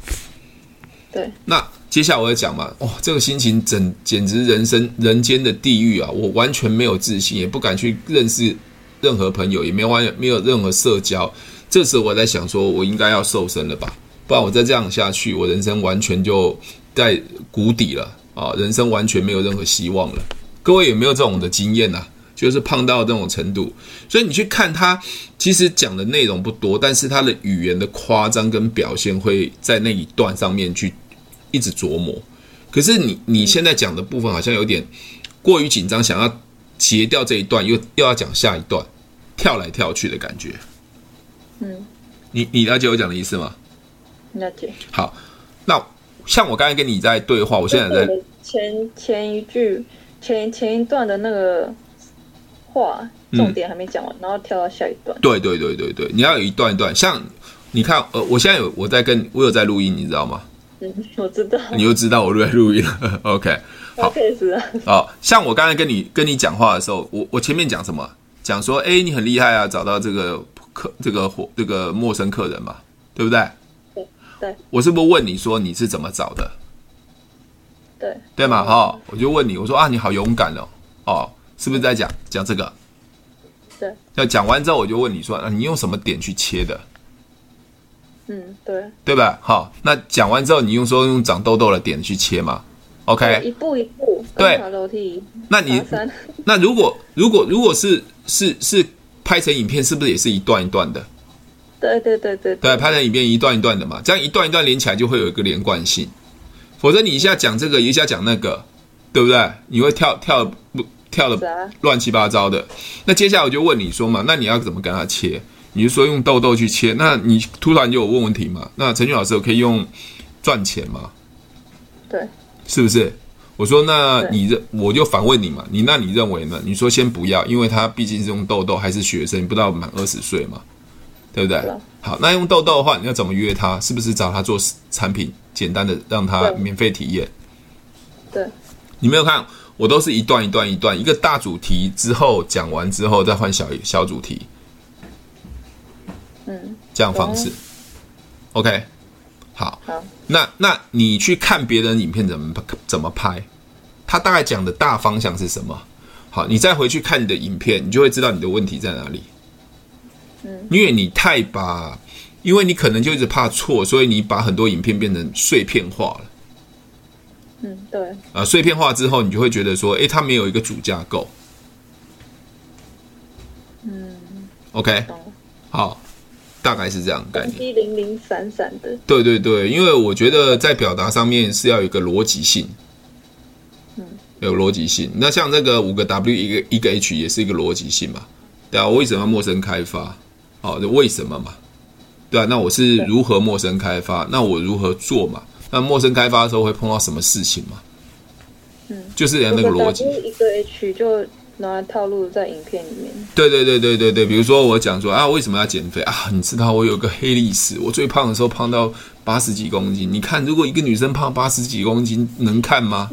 [SPEAKER 1] 对，
[SPEAKER 2] 那接下来我要讲嘛，哇、哦这个心情整简直人生人间的地狱啊！我完全没有自信，也不敢去认识任何朋友，也没有完没有任何社交。这时候我在想说，我应该要瘦身了吧？不然我再这样下去，我人生完全就在谷底了啊！人生完全没有任何希望了。各位有没有这种的经验啊？就是胖到这种程度，所以你去看他，其实讲的内容不多，但是他的语言的夸张跟表现会在那一段上面去一直琢磨。可是你你现在讲的部分好像有点过于紧张，想要截掉这一段，又又要讲下一段，跳来跳去的感觉。
[SPEAKER 1] 嗯，
[SPEAKER 2] 你你了解我讲的意思吗？
[SPEAKER 1] 了解。
[SPEAKER 2] 好，那像我刚才跟你在对话，我现在
[SPEAKER 1] 就是我
[SPEAKER 2] 在
[SPEAKER 1] 的前前一句前前一段的那个话
[SPEAKER 2] 嗯
[SPEAKER 1] 重点还没讲完，然后跳到下一段。
[SPEAKER 2] 对对对对对，你要有一段一段，像你看，呃，我现在有我在跟我有在录音，你知道吗？
[SPEAKER 1] 嗯，我知道。
[SPEAKER 2] 你就知道我在录音了。OK，好
[SPEAKER 1] OK 是啊，
[SPEAKER 2] 哦，像我刚才跟你跟你讲话的时候，我我前面讲什么？讲说，哎，你很厉害啊，找到这个客这个伙这个陌生客人嘛，对不对？
[SPEAKER 1] 对对
[SPEAKER 2] 我是不是问你说你是怎么找的，
[SPEAKER 1] 对
[SPEAKER 2] 对吗？哈、哦，我就问你，我说啊，你好勇敢哦，哦，是不是在讲讲这个？
[SPEAKER 1] 对，
[SPEAKER 2] 那讲完之后，我就问你说，啊、你用什么点去切的？
[SPEAKER 1] 嗯对。
[SPEAKER 2] 对吧？好，那讲完之后，你用说用长痘痘的点去切嘛
[SPEAKER 1] 对一
[SPEAKER 2] ？OK，
[SPEAKER 1] 步一步，
[SPEAKER 2] 哎对
[SPEAKER 1] 跟爬楼梯，
[SPEAKER 2] 那你
[SPEAKER 1] 爬山，
[SPEAKER 2] 那如果如果如果是是是拍成影片，是不是也是一段一段的？
[SPEAKER 1] 对对对对
[SPEAKER 2] 对，拍成影片一段一段的嘛，这样一段一段连起来就会有一个连贯性，否则你一下讲这个，一下讲那个，对不对？你会跳跳不跳
[SPEAKER 1] 是
[SPEAKER 2] 的
[SPEAKER 1] 啊，
[SPEAKER 2] 乱七八糟的。那接下来我就问你说嘛，那你要怎么跟他切？你就说用痘痘去切，那你突然就有问问题嘛？那陈俊老师，我可以用赚钱吗？
[SPEAKER 1] 对
[SPEAKER 2] 是不是？我说那
[SPEAKER 1] 对
[SPEAKER 2] 你认，我就反问你嘛，你那你认为呢？你说先不要，因为他毕竟是用痘痘，还是学生，不到满二十岁嘛，对不对
[SPEAKER 1] 是啊？
[SPEAKER 2] 好，那用痘痘的话，你要怎么约他？是不是找他做产品，简单的让他
[SPEAKER 1] 对
[SPEAKER 2] 免费体验？
[SPEAKER 1] 对，
[SPEAKER 2] 你没有看，我都是一段一段一段，一个大主题之后讲完之后再换小小主题，
[SPEAKER 1] 嗯，
[SPEAKER 2] 这样方式
[SPEAKER 1] 哦。
[SPEAKER 2] OK，好，
[SPEAKER 1] 好，
[SPEAKER 2] 那那你去看别人影片怎么怎么拍，他大概讲的大方向是什么？好，你再回去看你的影片，你就会知道你的问题在哪里。
[SPEAKER 1] 嗯，
[SPEAKER 2] 因为你太把，因为你可能就一直怕错，所以你把很多影片变成碎片化了。
[SPEAKER 1] 嗯，对，
[SPEAKER 2] 啊，碎片化之后，你就会觉得说，诶，它没有一个主架构。嗯，OK，
[SPEAKER 1] 懂了，
[SPEAKER 2] 好，大概是这样的概
[SPEAKER 1] 东
[SPEAKER 2] 念。
[SPEAKER 1] 西零零散散的，
[SPEAKER 2] 对对对，因为我觉得在表达上面是要有一个逻辑性，嗯，有逻辑性。那像这个五个 W 一个一个 H 也是一个逻辑性嘛，对啊，我为什么要陌生开发？哦，为什么嘛？对啊，那我是
[SPEAKER 1] 对
[SPEAKER 2] 如何陌生开发？那我如何做嘛？那陌生开发的时候会碰到什么事情嘛？
[SPEAKER 1] 嗯，
[SPEAKER 2] 就是要那个逻辑。
[SPEAKER 1] W 一个 H 就拿来套路在影片里面，
[SPEAKER 2] 对对对对对对，比如说我讲说啊，为什么要减肥啊？你知道我有个黑历史，我最胖的时候胖到八十几公斤。你看，如果一个女生胖八十几公斤，能看吗？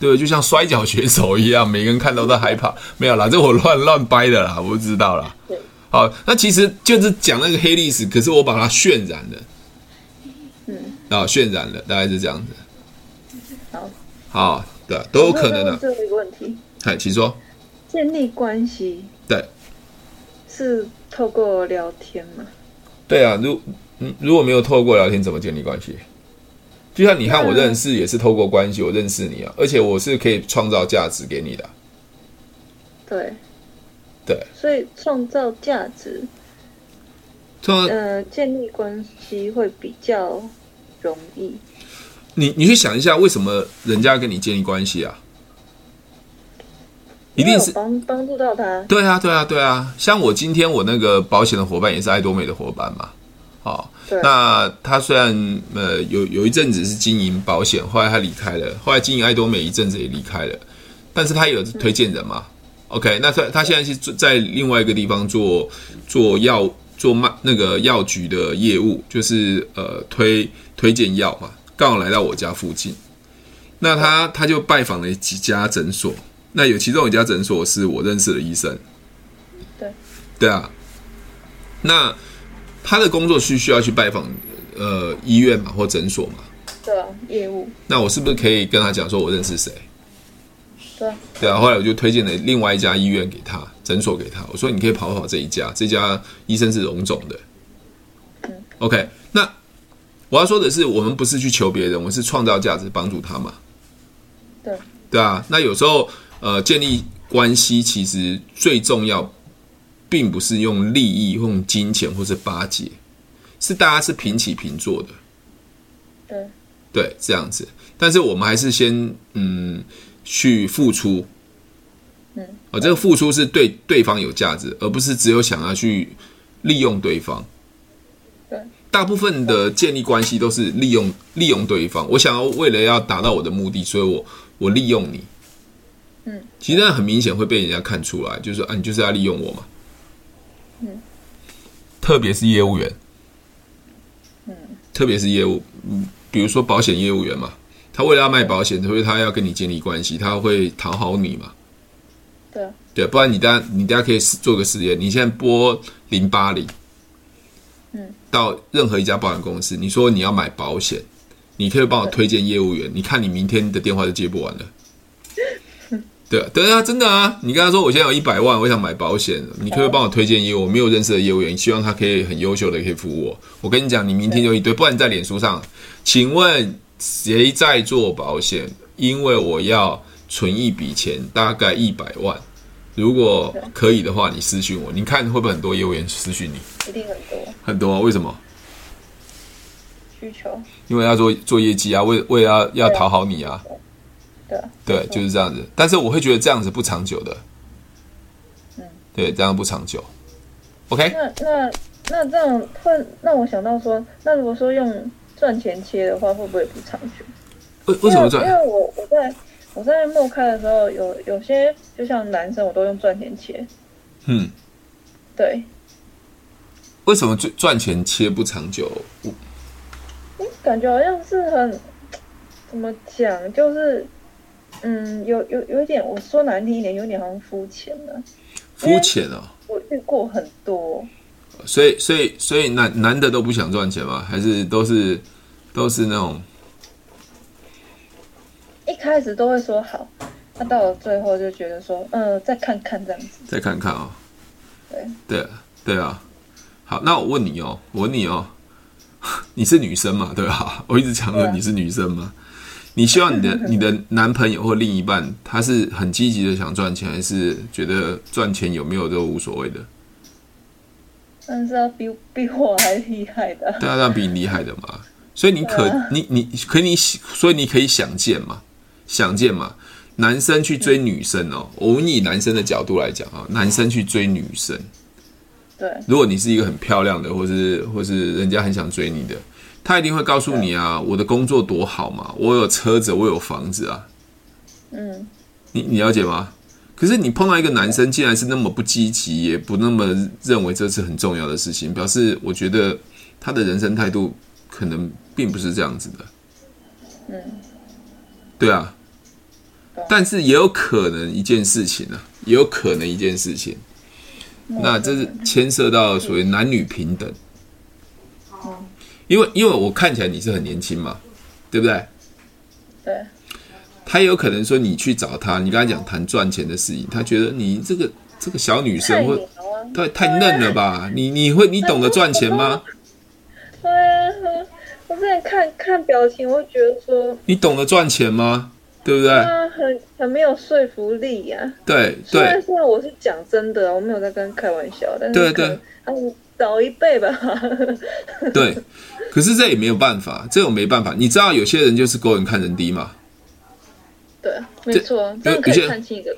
[SPEAKER 2] 对不对？就像摔跤选手一样，每个人看到都害怕。没有啦，这我乱乱掰的啦，我不知道啦
[SPEAKER 1] 对。
[SPEAKER 2] 好，那其实就是讲那个黑历史，可是我把它渲染了。嗯。啊，渲染了，大概是这样子。
[SPEAKER 1] 好。
[SPEAKER 2] 好，对，都有可能的、啊。
[SPEAKER 1] 最后一个问题，
[SPEAKER 2] 哎，请说。
[SPEAKER 1] 建立关系
[SPEAKER 2] 对。
[SPEAKER 1] 是透过聊天吗？
[SPEAKER 2] 对啊，如嗯如果没有透过聊天，怎么建立关系？就像你和
[SPEAKER 1] 嗯
[SPEAKER 2] 我认识，也是透过关系，我认识你啊，而且我是可以创造价值给你的啊。
[SPEAKER 1] 对，
[SPEAKER 2] 对，
[SPEAKER 1] 所以创造价值，
[SPEAKER 2] 创造
[SPEAKER 1] 呃，建立关系会比较容易。
[SPEAKER 2] 你你去想一下，为什么人家跟你建立关系啊？一定
[SPEAKER 1] 因为
[SPEAKER 2] 是
[SPEAKER 1] 有帮帮助到他，
[SPEAKER 2] 对啊，对啊，对啊。像我今天我那个保险的伙伴也是爱多美的伙伴嘛，哦好、
[SPEAKER 1] 对
[SPEAKER 2] 那他虽然呃有有一阵子是经营保险，后来他离开了，后来经营爱多美一阵子也离开了，但是他有推荐人
[SPEAKER 1] 嗯
[SPEAKER 2] 嘛、o k 那他他现在是做在另外一个地方做做药做卖那个药局的业务，就是呃推推荐药嘛，刚好来到我家附近，那他他就拜访了几家诊所，那有其中有一家诊所是我认识的医生，
[SPEAKER 1] 对，
[SPEAKER 2] 对啊，那他的工作是需要去拜访呃医院嘛或诊所嘛，
[SPEAKER 1] 对啊，业务，
[SPEAKER 2] 那我是不是可以跟他讲说我认识谁？
[SPEAKER 1] 对啊，
[SPEAKER 2] 对啊，后来我就推荐了另外一家医院给他，诊所给他，我说你可以跑跑这一家，这家医生是荣总的。OK，那我要说的是，我们不是去求别人，我们是创造价值，帮助他嘛。
[SPEAKER 1] 对，
[SPEAKER 2] 对啊，那有时候呃，建立关系其实最重要，并不是用利益、用金钱或是巴结，是大家是平起平坐的。
[SPEAKER 1] 对，
[SPEAKER 2] 对，这样子。但是我们还是先嗯去付出，
[SPEAKER 1] 嗯，
[SPEAKER 2] 哦，这个付出是对对方有价值，而不是只有想要去利用对方。
[SPEAKER 1] 对，
[SPEAKER 2] 大部分的建立关系都是利用利用对方，我想要为了要达到我的目的，所以我我利用你。
[SPEAKER 1] 嗯，
[SPEAKER 2] 其实那很明显会被人家看出来，就是说啊，你就是要利用我嘛。
[SPEAKER 1] 嗯，
[SPEAKER 2] 特别是业务员，特别是业务，嗯，比如说保险业务员嘛，他为了要卖保险，所以他要跟你建立关系，他会讨好你嘛，
[SPEAKER 1] 对啊，
[SPEAKER 2] 对，不然你大家你大家可以试做个实验，你现在拨零八零，
[SPEAKER 1] 嗯，
[SPEAKER 2] 到任何一家保险公司，你说你要买保险，你可以帮我推荐业务员，你看你明天的电话就接不完了。对啊，对啊，真的啊！你跟他说我现在有一百万，我想买保险，你可不可以帮我推荐业务？我没有认识的业务员，希望他可以很优秀的可以服务我。我跟你讲，你明天就一堆，不然你在脸书上，请问谁在做保险？因为我要存一笔钱，大概一百万。如果可以的话，你私讯我，你看会不会很多业务员私讯你？
[SPEAKER 1] 一定很多
[SPEAKER 2] 很多啊，为什么？
[SPEAKER 1] 需求，
[SPEAKER 2] 因为要做做业绩啊，为为了要要
[SPEAKER 1] 对啊
[SPEAKER 2] 讨好你啊，
[SPEAKER 1] 对啊，
[SPEAKER 2] 对，就是这样子。但是我会觉得这样子不长久的，嗯对，这样不长久。OK，
[SPEAKER 1] 那那那这样会让我想到说，那如果说用赚钱切的话，会不会不长久？
[SPEAKER 2] 为为什么
[SPEAKER 1] 因为
[SPEAKER 2] 赚？
[SPEAKER 1] 因为我我在我在默开的时候，有有些就像男生，我都用赚钱切，
[SPEAKER 2] 嗯，
[SPEAKER 1] 对，
[SPEAKER 2] 为什么赚赚钱切不长久？我
[SPEAKER 1] 感觉好像是很怎么讲，就是嗯，有有有一点，我说难听一点，有点好像肤浅了。
[SPEAKER 2] 肤浅哦。
[SPEAKER 1] 我遇过很多，
[SPEAKER 2] 所以，所以，所以男男的都不想赚钱吗？还是都是都是那种
[SPEAKER 1] 一开始都会说好，那到了最后就觉得说，嗯，再看看这样子。
[SPEAKER 2] 再看看哦？
[SPEAKER 1] 对，
[SPEAKER 2] 对对啊。好，那我问你哦，我问你哦， 你是女生嘛？对吧？ 我一直强
[SPEAKER 1] 对
[SPEAKER 2] 调
[SPEAKER 1] 啊
[SPEAKER 2] 你是女生嘛。你希望 你的你的男朋友或另一半，他是很积极的想赚钱，还是觉得赚钱有没有都无所谓的？
[SPEAKER 1] 但是他比比我还厉害的。
[SPEAKER 2] 对啊，那比你厉害的嘛。所以你可、
[SPEAKER 1] 对啊
[SPEAKER 2] 你你可你所以你可以想见嘛，想见嘛。男生去追
[SPEAKER 1] 嗯
[SPEAKER 2] 女生哦，我们以男生的角度来讲啊，男生去追女生，
[SPEAKER 1] 对，
[SPEAKER 2] 如果你是一个很漂亮的，或是或是人家很想追你的，他一定会告诉你啊，我的工作多好嘛，我有车子，我有房子啊，
[SPEAKER 1] 嗯，
[SPEAKER 2] 你你了解吗？可是你碰到一个男生，竟然是那么不积极，也不那么认为这是很重要的事情，表示我觉得他的人生态度可能并不是这样子的。
[SPEAKER 1] 嗯，
[SPEAKER 2] 对啊
[SPEAKER 1] 懂。
[SPEAKER 2] 但是也有可能一件事情啊，也有可能一件事情，那这是牵涉到所谓男女平等。因为因为我看起来你是很年轻嘛，对不对？
[SPEAKER 1] 对，
[SPEAKER 2] 他也有可能说你去找他，你跟他讲谈赚钱的事情，他觉得你这个这个小女
[SPEAKER 1] 太
[SPEAKER 2] 生
[SPEAKER 1] 牛
[SPEAKER 2] 会
[SPEAKER 1] 啊！
[SPEAKER 2] 太太嫩了吧？你你会你懂得赚钱吗？
[SPEAKER 1] 对啊，我之前看看表情，我就觉得说
[SPEAKER 2] 你懂得赚钱吗？对不对？
[SPEAKER 1] 他很很没有说服力呀、
[SPEAKER 2] 对
[SPEAKER 1] 虽然
[SPEAKER 2] 对
[SPEAKER 1] 虽然我是讲真的，啊我没有在跟他开玩笑，但是
[SPEAKER 2] 对
[SPEAKER 1] 可能啊，你早一辈吧，
[SPEAKER 2] 对，可是这也没有办法，这种没办法。你知道有些人就是勾人看人低嘛。
[SPEAKER 1] 对，没错，这样可
[SPEAKER 2] 有些
[SPEAKER 1] 以
[SPEAKER 2] 人
[SPEAKER 1] 看清一个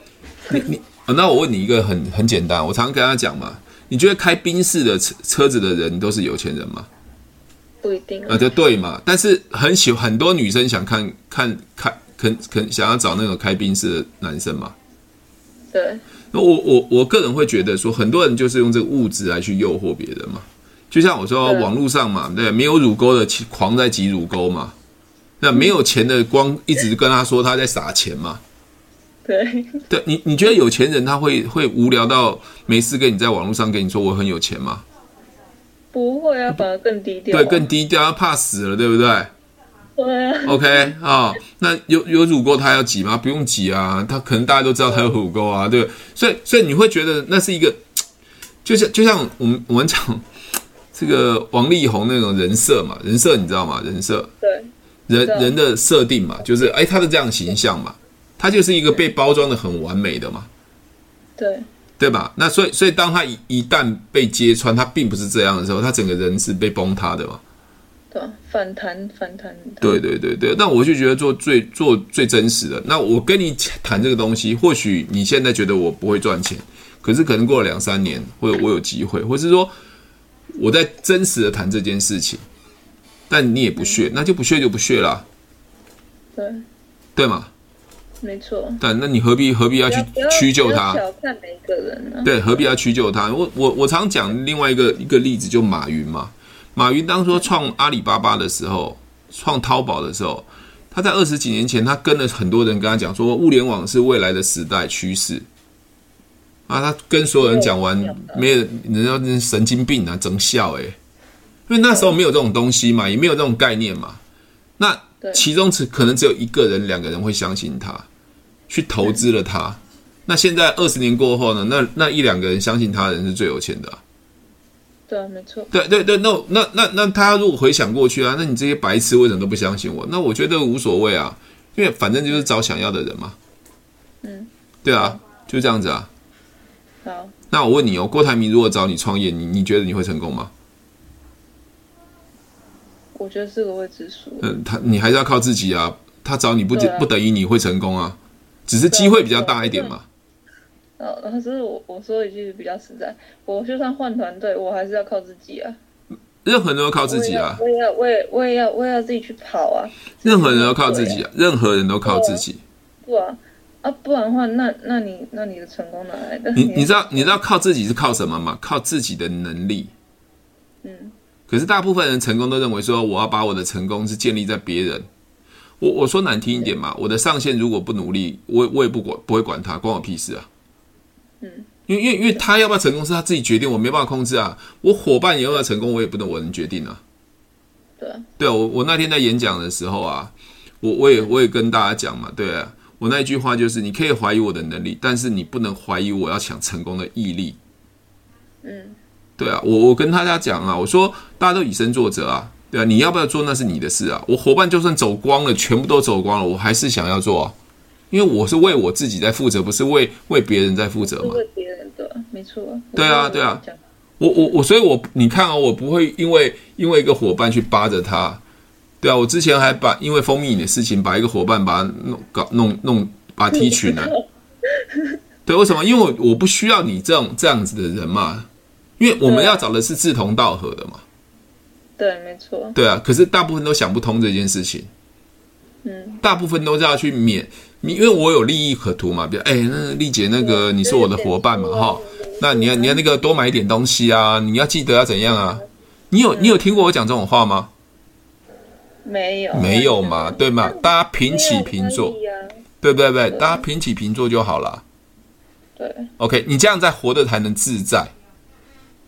[SPEAKER 1] 人，
[SPEAKER 2] 你你、哦那我问你一个很很简单，我常常跟他讲嘛，你觉得开宾士的车车子的人都是有钱人吗？
[SPEAKER 1] 不一定
[SPEAKER 2] 啊，就对嘛。但是很喜很多女生想看看看，肯肯想要找那种开宾士的男生嘛。
[SPEAKER 1] 对，
[SPEAKER 2] 那我我我个人会觉得说，很多人就是用这个物质来去诱惑别人嘛。就像我说，
[SPEAKER 1] 对
[SPEAKER 2] 网络上嘛，对，没有乳沟的狂在挤乳沟嘛，那没有钱的光一直跟他说他在撒钱嘛。
[SPEAKER 1] 对，
[SPEAKER 2] 对你，你觉得有钱人他会会无聊到没事跟你在网络上跟你说我很有钱吗？
[SPEAKER 1] 不会啊，反而更低调啊，
[SPEAKER 2] 对，更低调，他怕死了，对不对
[SPEAKER 1] 对啊，
[SPEAKER 2] ？OK 啊、那有有乳沟他要挤吗？不用挤啊，他可能大家都知道他有乳沟啊，对不对，所以所以你会觉得那是一个，就像就像我们我们讲这个王力宏那种人设嘛，人设你知道吗？人设
[SPEAKER 1] 对，
[SPEAKER 2] 人
[SPEAKER 1] 知道
[SPEAKER 2] 人的设定嘛，就是哎他的这样形象嘛，他就是一个被包装的很完美的嘛。
[SPEAKER 1] 对，
[SPEAKER 2] 对吧？那所以，所以当他一一旦被揭穿，他并不是这样的时候，他整个人是被崩塌的嘛。
[SPEAKER 1] 对啊，反弹，反弹，反弹
[SPEAKER 2] 对，对对对，那我就觉得做最做最真实的。那我跟你谈这个东西，或许你现在觉得我不会赚钱，可是可能过了两三年，或者我有机会，或是说我在真实的谈这件事情，但你也不屑，那就不屑就不屑啦，
[SPEAKER 1] 对，
[SPEAKER 2] 对吗？
[SPEAKER 1] 没错，
[SPEAKER 2] 但那你何必何必要
[SPEAKER 1] 不
[SPEAKER 2] 去
[SPEAKER 1] 要不要
[SPEAKER 2] 屈就
[SPEAKER 1] 不要
[SPEAKER 2] 他？
[SPEAKER 1] 小看每一个人啊，
[SPEAKER 2] 对，何必要屈就他？我我我常讲另外一个一个例子，就马云嘛。马云当初创阿里巴巴的时候，创淘宝的时候，他在二十几年前，他跟了很多人跟他讲说，物联网是未来的时代趋势。啊，他跟所有人讲完
[SPEAKER 1] 没有，
[SPEAKER 2] 没有人家真是神经病啊，整笑诶、因为那时候没有这种东西嘛，也没有这种概念嘛。那
[SPEAKER 1] 对
[SPEAKER 2] 其中只可能只有一个人、两个人会相信他，去投资了他。那现在二十年过后呢？那那一两个人相信他的人是最有钱的、啊。
[SPEAKER 1] 对啊，没错，
[SPEAKER 2] 对对对，那那那那他如果回想过去啊，那你这些白痴为什么都不相信我？那我觉得无所谓啊，因为反正就是找想要的人嘛。
[SPEAKER 1] 嗯，
[SPEAKER 2] 对啊，就这样子啊。
[SPEAKER 1] 好，
[SPEAKER 2] 那我问你哦，郭台铭如果找你创业，你你觉得你会成功吗？
[SPEAKER 1] 我觉得是个未知数，
[SPEAKER 2] 嗯，他你还是要靠自己啊。他找你不就
[SPEAKER 1] 对啊
[SPEAKER 2] 不等于你会成功啊，只是机会比较
[SPEAKER 1] 啊
[SPEAKER 2] 大一点嘛。
[SPEAKER 1] 哦，然后只是我我说一句比较实在，我就算换团队，我还是要靠自己啊，
[SPEAKER 2] 任何人都要靠自己啊，
[SPEAKER 1] 我也要，我也要我也要，我也要自己去跑啊，
[SPEAKER 2] 任何人都要靠自己啊，任何人都靠自己。
[SPEAKER 1] 不啊啊，不然的话，那那你那你的成功哪来的？
[SPEAKER 2] 你你知道你知道靠自己是靠什么吗？靠自己的能力。
[SPEAKER 1] 嗯，
[SPEAKER 2] 可是大部分人成功都认为说，我要把我的成功是建立在别人，我我说难听一点嘛，我的上线如果不努力，我我也不管不会管他，关我屁事啊。
[SPEAKER 1] 嗯，
[SPEAKER 2] 因为因为因为他要不要成功是他自己决定，我没办法控制啊。我伙伴也要不要成功，我也不能我能决定啊。
[SPEAKER 1] 对啊，
[SPEAKER 2] 对啊，我我那天在演讲的时候啊，我我也我也跟大家讲嘛，对啊，我那一句话就是，你可以怀疑我的能力，但是你不能怀疑我要想成功的毅力。
[SPEAKER 1] 嗯，
[SPEAKER 2] 对啊，我我跟大家讲啊，我说大家都以身作则啊，对啊，你要不要做那是你的事啊。我伙伴就算走光了，全部都走光了，我还是想要做啊，因为我是为我自己在负责，不是为为别人在负责
[SPEAKER 1] 是
[SPEAKER 2] 嘛。
[SPEAKER 1] 为别人对啊，没错啊。
[SPEAKER 2] 对啊
[SPEAKER 1] 我
[SPEAKER 2] 对啊
[SPEAKER 1] 这样
[SPEAKER 2] 我我我，所以我你看啊、我不会因为因为一个伙伴去扒着他，对啊，我之前还把因为蜂蜜你的事情，把一个伙伴把他弄搞弄弄把他踢群啊了、对，为什么？因为我我不需要你这种这样子的人嘛，因为我们
[SPEAKER 1] 对啊
[SPEAKER 2] 要找的是志同道合的嘛，
[SPEAKER 1] 对，没错，
[SPEAKER 2] 对啊。可是大部分都想不通这件事情，
[SPEAKER 1] 嗯，
[SPEAKER 2] 大部分都是要去免，你因为我有利益可图嘛，比如哎，那丽姐那个你是我的伙伴嘛，哈，那你要你要那个多买一点东西啊，你要记得要怎样啊？你有你有听过我讲这种话吗？
[SPEAKER 1] 没有
[SPEAKER 2] 没有嘛，对嘛？大家平
[SPEAKER 1] 平
[SPEAKER 2] 起平坐，
[SPEAKER 1] 啊，
[SPEAKER 2] 对不对？对，大家平起平坐就好了。
[SPEAKER 1] 对，
[SPEAKER 2] OK，你这样再活得才能自在。